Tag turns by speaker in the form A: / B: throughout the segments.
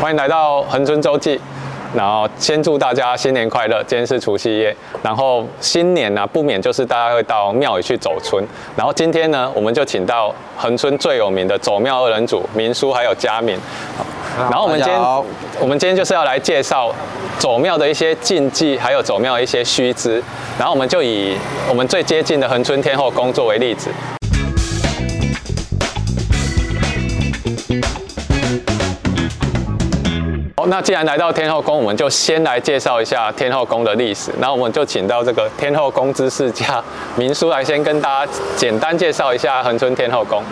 A: 欢迎来到恒春周记。然后先祝大家新年快乐，今天是除夕夜。然后新年呢、啊，不免就是大家会到庙宇去走村。然后今天呢，我们就请到恒春最有名的走庙二人组明叔还有佳敏。然后我们今天
B: 大家好
A: 我们今天就是要来介绍走庙的一些禁忌，还有走庙的一些须知。然后我们就以我们最接近的恒春天后宫作为例子。好，那既然来到天后宫，我们就先来介绍一下天后宫的历史。那我们就请到这个天后宫知识家明叔来先跟大家简单介绍一下恒春天后宫。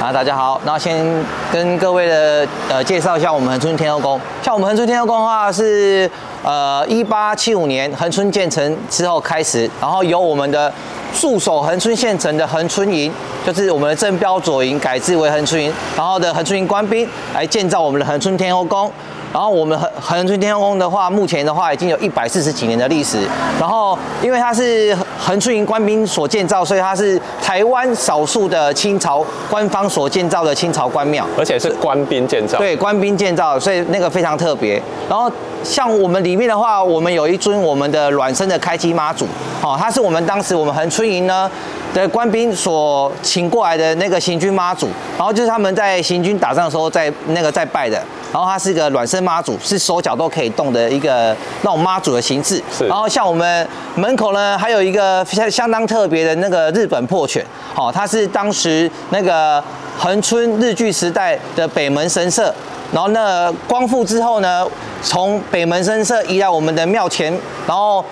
B: 啊，大家好，那先跟各位的呃介绍一下我们恒春天后宫。像我们恒春天后宫的话是呃一八七五年恒春建成之后开始，然后由我们的驻守恒春县城的恒春营，就是我们的正标左营改制为恒春营，然后的恒春营官兵来建造我们的恒春天后宫。然后我们恒恒春天后宫的话，目前的话已经有一百四十几年的历史。然后因为它是恒春营官兵所建造，所以它是台湾少数的清朝官方所建造的清朝官庙。
A: 而且是官兵建造。，
B: 对，官兵建造，所以那个非常特别。然后像我们里面的话，我们有一尊我们的卵生的开基妈祖，好、哦，它是我们当时我们恒春营呢的官兵所请过来的那个行军妈祖，然后就是他们在行军打仗的时候在那个在拜的。然后它是一个卵生妈祖，是手脚都可以动的一个那种妈祖的形式。
A: 是
B: 然后像我们门口呢，还有一个相相当特别的那个日本破犬，好、它是当时那个恒春日据时代的北门神社。然后呢，光复之后呢，从北门神社移到我们的庙前，然后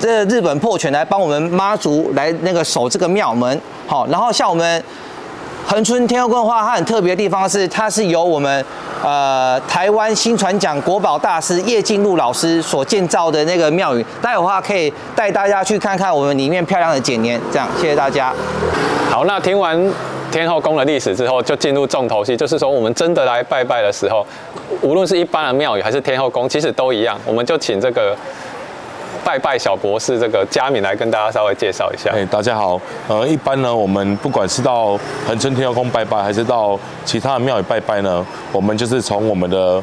B: 这日本破犬来帮我们妈祖来那个守这个庙门。好、然后像我们恒春天后宫的话，它很特别的地方是，它是由我们呃台湾新传奖国宝大师叶进禄老师所建造的那个庙宇。待会的话可以带大家去看看我们里面漂亮的剪年，这样谢谢大家。
A: 好，那听完天后宫的历史之后，就进入重头戏，就是说我们真的来拜拜的时候，无论是一般的庙宇还是天后宫，其实都一样。我们就请这个拜拜小博士这个佳敏来跟大家稍微介绍一下。
C: 哎、大家好。呃，一般呢，我们不管是到恒春天后宫拜拜，还是到其他的庙宇拜拜呢，我们就是从我们的哦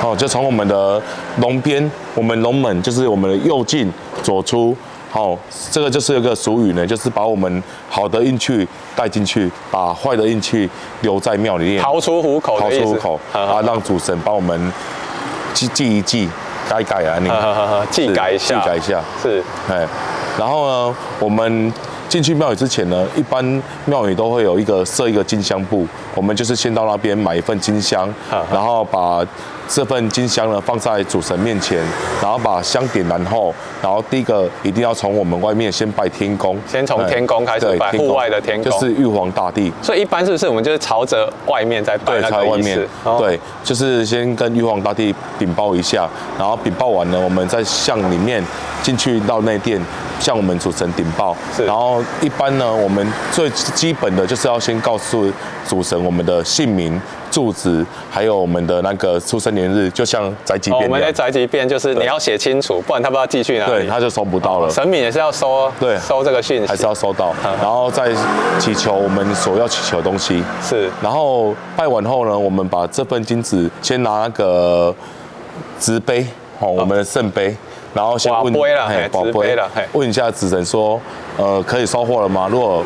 C: 好、就从我们的龙边，我们龙门就是我们的右进左出，好、这个就是有个俗语呢，就是把我们好的运气带进去，把坏的运气留在庙里面，
A: 逃出虎口
C: 逃
A: 的意思。
C: 出口
A: 呵呵
C: 啊，让主神帮我们记记一记，改一改啊，你
A: 呵呵呵呵技
C: 是
A: 改一下，
C: 技改一下，
A: 是
C: 哎，然后呢，我们进去庙宇之前呢，一般庙宇都会有一个设一个金香布，我们就是先到那边买一份金香
A: 哈哈，
C: 然后把这份金香呢放在主神面前，然后把香点燃后，然后第一个一定要从我们外面先拜天公，
A: 先从
C: 哎
A: 天公开始
C: 对
A: 拜
C: 天公
A: 户外的天公
C: 就是玉皇大帝。
A: 所以一般是不是我们就是朝着外面在拜
C: 对，
A: 那
C: 在
A: 个
C: 外
A: 仪
C: 面
A: 式？哦，
C: 对，就是先跟玉皇大帝禀报一下，然后禀报完呢，我们再向里面进去到内殿，向我们主神禀报
A: 是。
C: 然后一般呢，我们最基本的就是要先告诉主神我们的姓名、住址，还有我们的那个出生年日，就像宅急
A: 哦
C: 便
A: 我
C: 一
A: 们
C: 样
A: 来。宅急便，就是你要写清楚，不然他不知道寄去哪里。哦
C: 对，他就收不到了。
A: 神明也是要收，啊
C: 对
A: 收这个讯息，
C: 还是要收到
A: 嗯，
C: 然后再祈求我们所要祈求的东西。
A: 是
C: 然后拜完后呢，我们把这份金子先拿那个纸杯，哦，我们的圣杯，然后先问
A: 啊瓦杯啦嘿
C: 嘿瓦
A: 纸杯啦哎嘿
C: 问一下主神说，呃，可以收货了吗？如果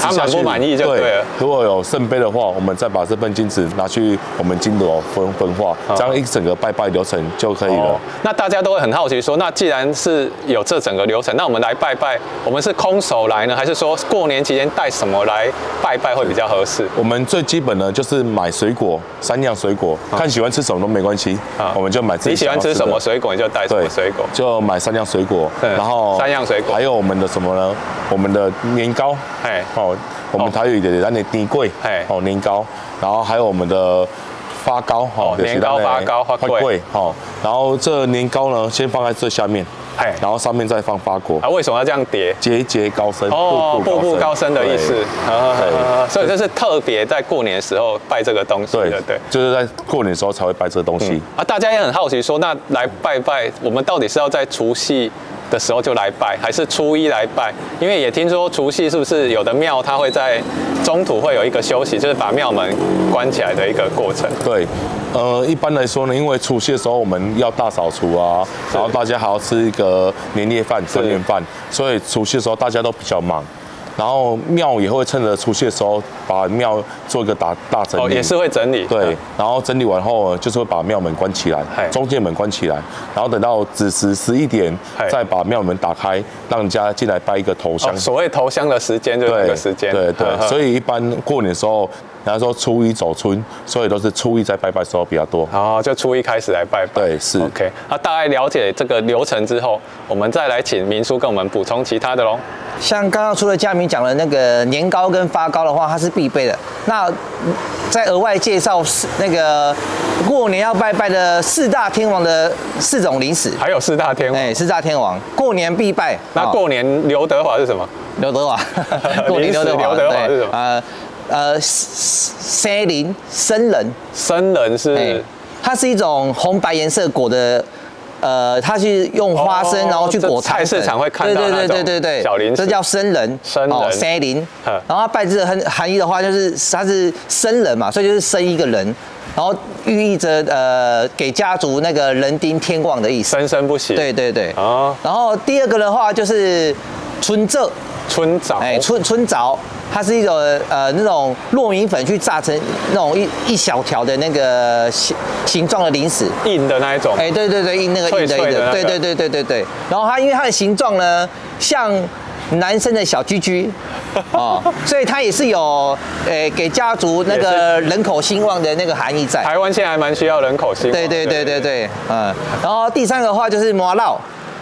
A: 他
C: 吃下去
A: 满不满意就对了
C: 如果有圣杯的话，我们再把这份金子拿去我们金楼分分化，这样一整个拜拜流程就可以了
A: 啊哦。。那大家都会很好奇说，那既然是有这整个流程，那我们来拜拜，我们是空手来呢，还是说过年期间带什么来拜拜会比较合适？
C: 我们最基本的就是买水果，三样水果，看喜欢吃什么都没关系
A: 啊，
C: 我们就买自己
A: 你喜欢
C: 想要
A: 吃什
C: 的
A: 么水果，你就带什么
C: 对，
A: 水果。
C: 就买三样水果，
A: 嗯
C: 然后
A: 三样水果
C: 还有我们的什么呢？我们的年糕，
A: 哎
C: 哦，我
A: 哦
C: 们台语的那的年桂
A: 哎，
C: 哦年糕，然后还有我们的发糕，
A: 哦年糕发糕发粿
C: 贵，哦，然后这年糕呢，先放在最下面，
A: 哎
C: 然后上面再放发果
A: 啊，，为什么要这样叠？
C: 节节高升，
A: 哦，步步高升的意思
C: 对，
A: 啊所以这是特别在过年时候拜这个东西
C: 对
A: 的，对。嗯
C: 就是在过年的时候才会拜这个东西。
A: 啊，大家也很好奇说，那来拜拜，我们到底是要在除夕的时候就来拜，还是初一来拜？因为也听说除夕是不是有的庙它会在中途会有一个休息，就是把庙门关起来的一个过程。
C: 对，呃，一般来说呢，因为除夕的时候我们要大扫除啊，然后大家还要吃一个年夜饭、
A: 是
C: 团年饭，所以除夕的时候大家都比较忙。然后庙也会趁着除夕的时候把庙做一个大大整理，
A: 哦，也是会整理。
C: 对
A: 嗯，
C: 然后整理完后就是会把庙门关起来
A: 嗨，
C: 中间门关起来，然后等到子时十一点
A: 嗨
C: 再把庙门打开，让人家进来拜一个头香
A: 哦，。所谓投香的时间就是那个时间。
C: 对对， 所
A: 以
C: 以一般过年的时候，人家说初一走春，所以都是初一在拜拜的时候比较多。
A: 然哦后就初一开始来拜拜。
C: 对是
A: OK，那大概了解这个流程之后，我们再来请明叔跟我们补充其他的喽。
B: 像刚刚除了佳明讲的那个年糕跟发糕的话，它是必备的。那再额外介绍四那个过年要拜拜的四大天王的四种零食。
A: 还有四大天王。
B: 哎，四大天王过年必拜。
A: 那
B: 哦
A: 过年刘德华是什么？，
B: 刘德华 过年刘德华，
A: 临时刘德华是什么，
B: 对呃呃，森林生人，
A: 生人
B: 哎
A: 是，
B: 它是一种红白颜色裹的。呃，它是用花生，
A: 哦
B: 然后去
A: 这
B: 裹糖
A: 菜
B: 粉。
A: 市场会看到
B: 对对
A: 那种
B: 对对对对，
A: 小零食
B: 这叫生人。
A: 生人
B: 生人
A: 嗯。
B: 然后它拜字的含含义的话，就是它是生人嘛，所以就是生一个人，然后寓意着呃给家族那个人丁天旺的意思。
A: 生生不息。
B: 对对对。
A: 哦
B: 然后第二个的话就是春蔗。
A: 春枣。
B: 哎，春春枣，它是一种呃那种糯米粉去炸成那种一一小条的那个形形状的零食。
A: 硬的那一种。
B: 哎，对对对，硬那个
A: 脆
B: 硬的
A: 脆
B: 硬
A: 的那
B: 的，对
A: 个
B: 对对对对对。然后它因为它的形状呢，像男生的小 居居，哦，所以它也是有诶给家族那个人口兴旺的那个含义在。
A: 台湾现在还蛮需要人口兴旺。
B: 对对对对。对，嗯。然后第三个话就是麻烙。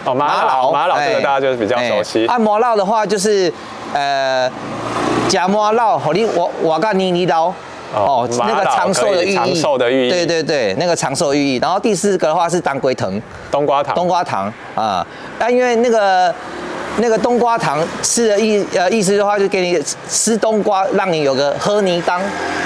A: 哦，马老马老这个
B: 哎
A: 大家就是比较熟悉
B: 哎。按摩烙的话，就是呃，假摩烙，好你我我干你你刀。
A: 哦麻
B: 那个
A: 烙
B: 长寿
A: 可
B: 的
A: 以
B: 寓意，
A: 长寿的寓意
B: 对对对，那个长寿寓意。然后第四个的话是当归藤，
A: 冬瓜糖。
B: 冬瓜糖啊，但因为那个那个冬瓜糖吃的意呃意思的话，就给你吃冬瓜，让你有个喝泥当，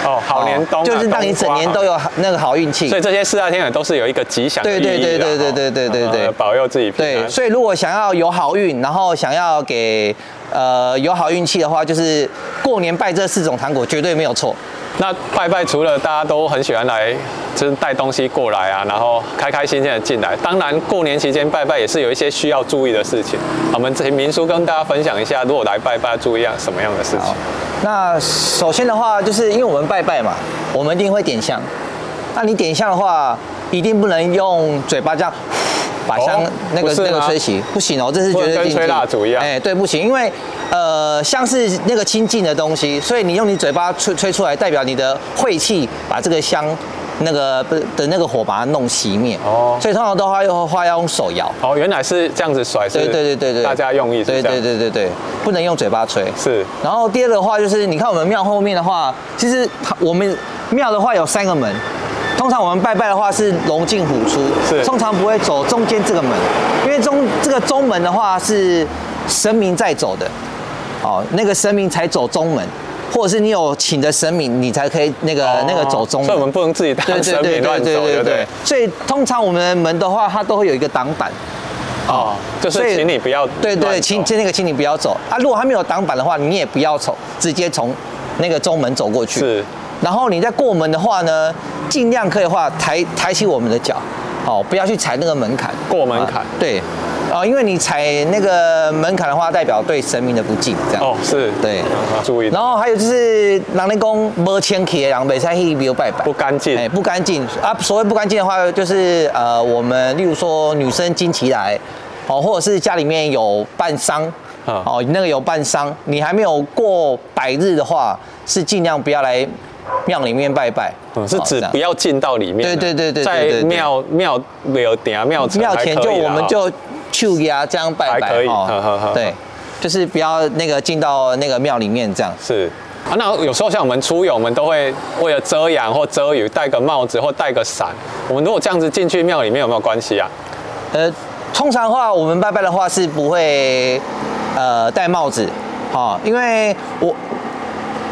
A: 哦，好年冬啊。
B: 就是让你整年都
A: 有。
B: 有那个好运气。
A: 所以这些四大天王都是有一个吉祥的
B: 对
A: 意义的
B: 对对对对
A: 哦
B: 对对对对
A: 呃保佑自己平
B: 对，
A: 安。
B: 所以如果想要有好运，然后想要给呃有好运气的话，就是过年拜这四种糖果绝对没有错。
A: 那拜拜除了大家都很喜欢来，就是带东西过来啊，然后开开心心的进来。当然，过年期间拜拜也是有一些需要注意的事情。我们请明叔跟大家分享一下，如果来拜拜注意啊什么样的事情
B: 好？，那首先的话，就是因为我们拜拜嘛，我们一定会点香。那你点香的话，一定不能用嘴巴这样 把香、
A: 哦
B: 那个
A: 不是吗
B: 那个吹熄，不行哦，这是绝
A: 不能
B: 对
A: 跟
B: 禁忌。
A: 吹蜡烛一样
B: 哎，对，不行，因为呃香是那个清净的东西，所以你用你嘴巴吹吹出来，代表你的晦气把这个香。那个不的那个火把它弄熄灭
A: 哦
B: 哦，所以通常的话要话要用手摇，
A: 哦，原来是这样子甩，是
B: 对对对对对，
A: 大家用意是这
B: 对
A: 样，
B: 对对对对，不能用嘴巴吹，
A: 是
B: 然后第二个的话就是，你看我们庙后面的话，其实它我们庙的话有三个门，通常我们拜拜的话是龙进虎出，
A: 是
B: 通常不会走中间这个门，因为中这个中门的话是神明在走的，哦，那个神明才走中门，或者是你有请的神明，你才可以那个、呃那个走中门。
A: 哦所以我们不能自己
B: 对
A: 当
B: 对
A: 神
B: 对
A: 明
B: 对
A: 乱走，
B: 对
A: 对
B: 对
A: 不对
B: 对？，所以通常我们的门的话，它都会有一个挡板。
A: 哦，就是
B: 所以
A: 请你不要
B: 对
A: 乱
B: 对，
A: 走
B: 请那个，请你不要走啊！如果他没有挡板的话，你也不要走，直接从那个中门走过去。
A: 是。
B: 然后你在过门的话呢，尽量可以的话抬抬起我们的脚，哦，不要去踩那个门槛。
A: 过门槛
B: 啊对，哦，因为你踩那个门槛的话，代表对神明的不敬，这样。
A: 哦，是
B: 对
A: 嗯注意
B: 然后还有就是，人家讲没清气的人袂使去庙拜拜，
A: 不干净
B: 哎，不干净啊。所谓不干净的话，就是呃，我们例如说女生经期来，哦，或者是家里面有办丧，
A: 啊
B: 哦，那个有办丧，你还没有过百日的话，是尽量不要来庙里面拜拜，
A: 嗯是
B: 哦
A: 指
B: 这样
A: 不要进到里面啊。
B: 对对对对对
A: 在
B: 对对对
A: 庙庙有点啊庙城
B: 庙
A: 还
B: 前
A: 可
B: 就
A: 以
B: 我
A: 啦
B: 们
A: 哦
B: 就去呀，这样拜拜哦
A: 还可以呵呵呵
B: 对，就是不要那个进到那个庙里面这样。
A: 是啊，那有时候像我们出游，我们都会为了遮阳或遮雨，戴个帽子或戴个伞。我们如果这样子进去庙里面有没有关系啊？
B: 呃，通常的话，我们拜拜的话是不会呃戴帽子，哦，因为我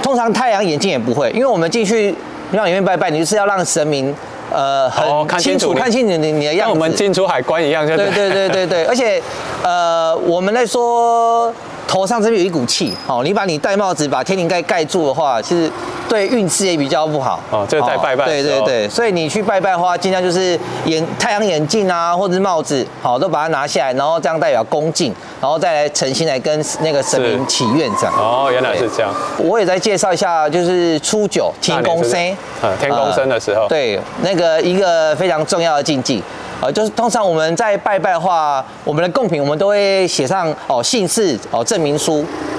B: 通常太阳眼镜也不会，因为我们进去庙里面拜拜，你就是要让神明呃很
A: 哦看清
B: 清楚
A: 楚你
B: 看清楚你你的样
A: 像我
B: 子。
A: 们进出海关一样，就
B: 对对对对对，而且呃，我们在说头上这边有一股气，哦，你把你戴帽子把天灵盖盖住的话，其实对运势也比较不好。
A: 哦这个在拜拜的
B: 对
A: 时
B: 对
A: 候
B: 对，所以你去拜拜的话，尽量就是眼太阳眼镜啊，或者是帽子，好、都把它拿下来，然后这样代表恭敬，然后再来诚心来跟那个神明
A: 是
B: 祈愿这样。
A: 哦，原来是这样。
B: 我也再介绍一下，就是初九天公
A: 那
B: 生
A: 你是，嗯天公生的时候
B: 呃对，那个一个非常重要的禁忌。呃，就是通常我们在拜拜的话，我们的贡品我们都会写上哦姓氏哦证明书，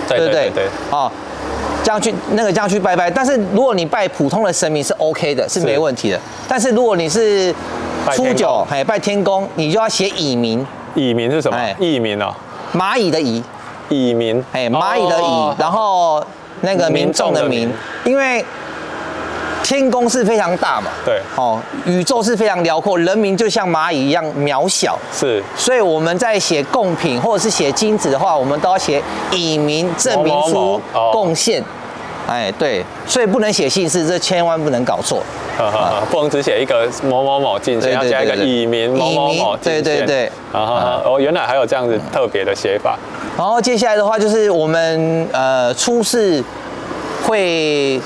A: 对
B: 不
A: 对对对
B: 哦，这样去那个这样去拜拜。但是如果你拜普通的神明是 OK 的，是没问题的。但是如果你是
A: 拜天
B: 初
A: 公
B: 九哎拜天公，你就要写乙名，
A: 蚁民是什么
B: 哎？
A: 蚁民哦，
B: 蚂蚁的蚁，
A: 蚁民。
B: 哎，蚂蚁的蚁，
A: 哦
B: 然后那个民众的
A: 民众
B: 民
A: 的民，
B: 因为天宫是非常大嘛，
A: 对
B: 哦，宇宙是非常辽阔，人民就像蚂蚁一样渺小，
A: 是
B: 所以我们在写贡品或者是写金子的话，我们都要写以民证明
A: 某某
B: 书
A: 某、哦
B: 贡献，哎，对，所以不能写姓氏，这千万不能搞错。
A: 呵呵呵不能只写一个某某某进
B: 啊对
A: 线，要
B: 对
A: 加一个
B: 对对
A: 蚁民某某某进
B: 对
A: 线。
B: 对对
A: 啊哈哈，哦，原来还有这样子特别的写法。
B: 然后接下来的话就是我们呃初四会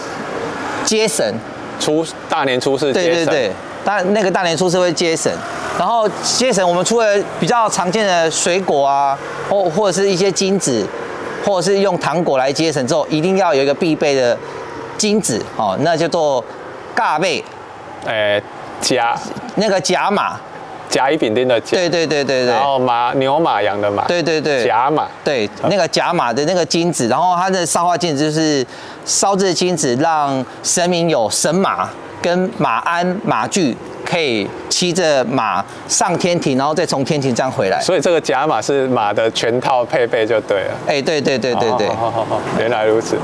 B: 接神。
A: 初大年初四
B: 对
A: 接
B: 对
A: 神，
B: 对，大那个大年初四会接神，然后接神我们除了比较常见的水果啊，或或者是一些金子，或者是用糖果来接神之后，一定要有一个必备的金子哦，那叫做尬贝，
A: 哎，甲
B: 那个甲马，
A: 甲乙丙丁的甲，
B: 对对对对对
A: 然。后马牛马羊的马，
B: 对对对，
A: 甲马，
B: 对，那个甲马的那个金子，然后它的烧化金子就是烧制的金子，让神明有神马跟马鞍、马具，可以骑着马上天庭，然后再从天庭这样回来。
A: 所以这个甲马是马的全套配备就对了。
B: 哎，对对对对对
A: 好，好好好，原来如此。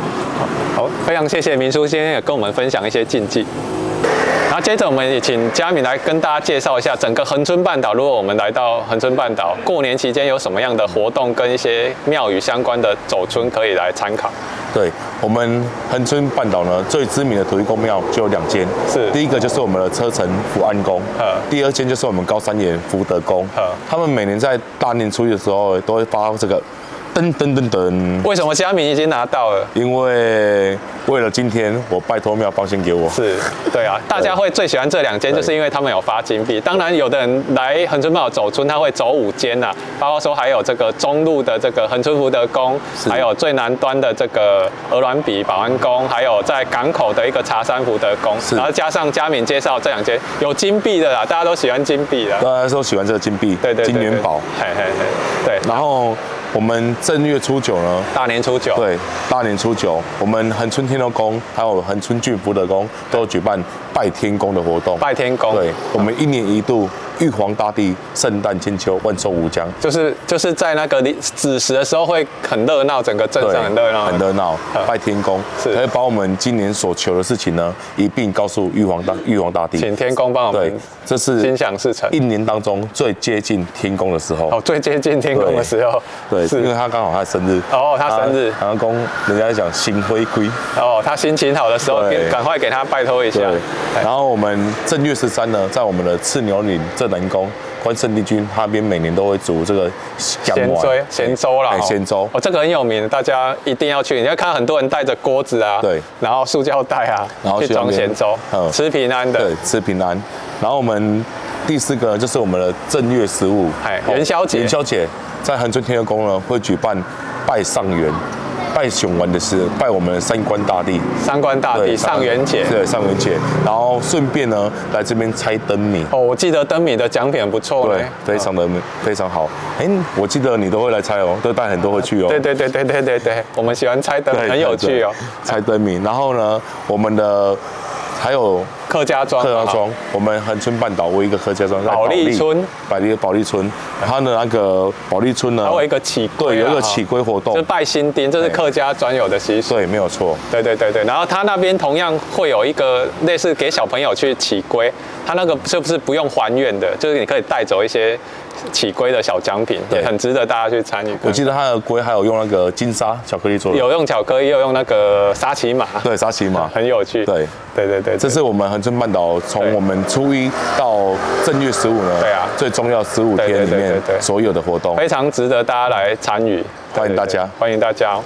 A: 好，好非常谢谢明叔今天也跟我们分享一些禁忌。然后接着我们也请佳敏来跟大家介绍一下整个恒春半岛。如果我们来到恒春半岛，过年期间有什么样的活动跟一些庙宇相关的走村可以来参考？
C: 对我们恒春半岛呢，最知名的土地公庙就有两间，
A: 是
C: 第一个就是我们的车城福安宫
A: 呃，
C: 第二间就是我们高山岩福德宫
A: 呃，
C: 他们每年在大年初一的时候都会发这个噔噔噔噔，
A: 为什么佳敏已经拿到了？
C: 因为为了今天我拜托庙放心给我，
A: 是，对 啊，大家会最喜欢这两间，就是因为他们有发金币。当然，有的人来恒春半岛走村，他会走五间呐、包括说还有这个中路的这个恒春福德宫，还有最南端的这个鹅銮鼻保安宫，还有在港口的一个茶山福德宫，
C: 是
A: 然后加上佳敏介绍这两间有金币的啦，大家都喜欢金币的，
C: 大家都喜欢这个金币，
A: 对对对
C: 金元宝，，
A: 对嘿嘿嘿，对，
C: 然后我们正月初九呢，
A: 大年初九，
C: 对，大年初九，我们恒春天后宫还有恒春郡福德宫都有举办拜天公的活动。
A: 拜天公，
C: 对，我们一年一度玉皇大帝圣诞千秋，万寿无疆。
A: 就是就是在那个子时的时候会很热闹，整个镇上很热闹，
C: 很热闹
A: 嗯，
C: 拜天公，
A: 是
C: 他会把我们今年所求的事情呢，一并告诉玉皇大玉皇大帝。
A: 嗯请天公帮我
C: 对
A: 们，
C: 这
A: 心
C: 是
A: 想事成。
C: 一年当中最接近天公的时候。
A: 哦，最接近天宫的时候，
C: 对，因为
A: 是
C: 他刚好他生日啊
A: 哦他生日
C: 然后公人家讲心回归，
A: 哦，他心情好的时候，
C: 对
A: 给赶快给他拜托一下
C: 对。，
A: 哎
C: 然后我们正月十三呢，在我们的赤牛岭正南宫关圣帝君那边，每年都会煮这个咸
A: 咸粥，咸粥啦，
C: 哎
A: 哦
C: 咸粥
A: 哦，这个很有名，大家一定要去。你要看很多人带着锅子啊，
C: 对
A: 然后塑胶袋啊，
C: 然后
A: 去
C: 去那
A: 装
C: 边
A: 咸粥，
C: 嗯
A: 吃平安的
C: 对，，吃平安。然后我们第四个就是我们的正月十五，
A: 哎元宵节
C: 元宵节在恒春天后宫呢会举办拜上元、拜熊丸的事，拜我们的三官大帝。
A: 三观大帝
C: 对
A: 上元节。
C: 对，上元节，然后顺便呢来这边猜灯谜。
A: 哦，我记得灯谜的奖品很不错
C: 对
A: 呢，，
C: 非常
A: 啊
C: 的非常好。哎，我记得你都会来猜哦，都带很多回去哦。
A: 对对对对对对对，我们喜欢猜灯，
C: 对，
A: 很有趣哦。
C: 猜灯谜。然后呢，我们的还有
A: 客家哦庄，
C: 客家嗯
A: 好
C: 庄，我们恒春半岛唯一一个客家庄，在
A: 保利村，
C: 保利保利村。然后呢，那个保利村呢，
A: 还有一个起龟啦，
C: 对，有一个
A: 哈
C: 起龟活
A: 就
C: 动
A: 是，拜新丁，这是
C: 对
A: 客家专有的习俗。
C: 对，没有错，
A: 对对对对，然后他那边同样会有一个类似给小朋友去起龟，他那个是不是不用还愿的，就是你可以带走一些起龟的小奖品，
C: 对
A: 也很值得大家去参与。
C: 我记得它的龟还有用那个金沙巧克力做的，
A: 有用巧克力，又用那个沙琪玛，
C: 对沙琪玛，
A: 很有趣。
C: 对
A: 对对对，
C: 这是我们恒春半岛从
A: 对
C: 我们初一到正月十五呢，
A: 对啊
C: 最重要十五
A: 对对
C: 天里
A: 对对
C: 面
A: 对
C: 所有的活动，
A: 非常值得大家来参与，
C: 欢迎大家
A: 对对对欢迎大家哦。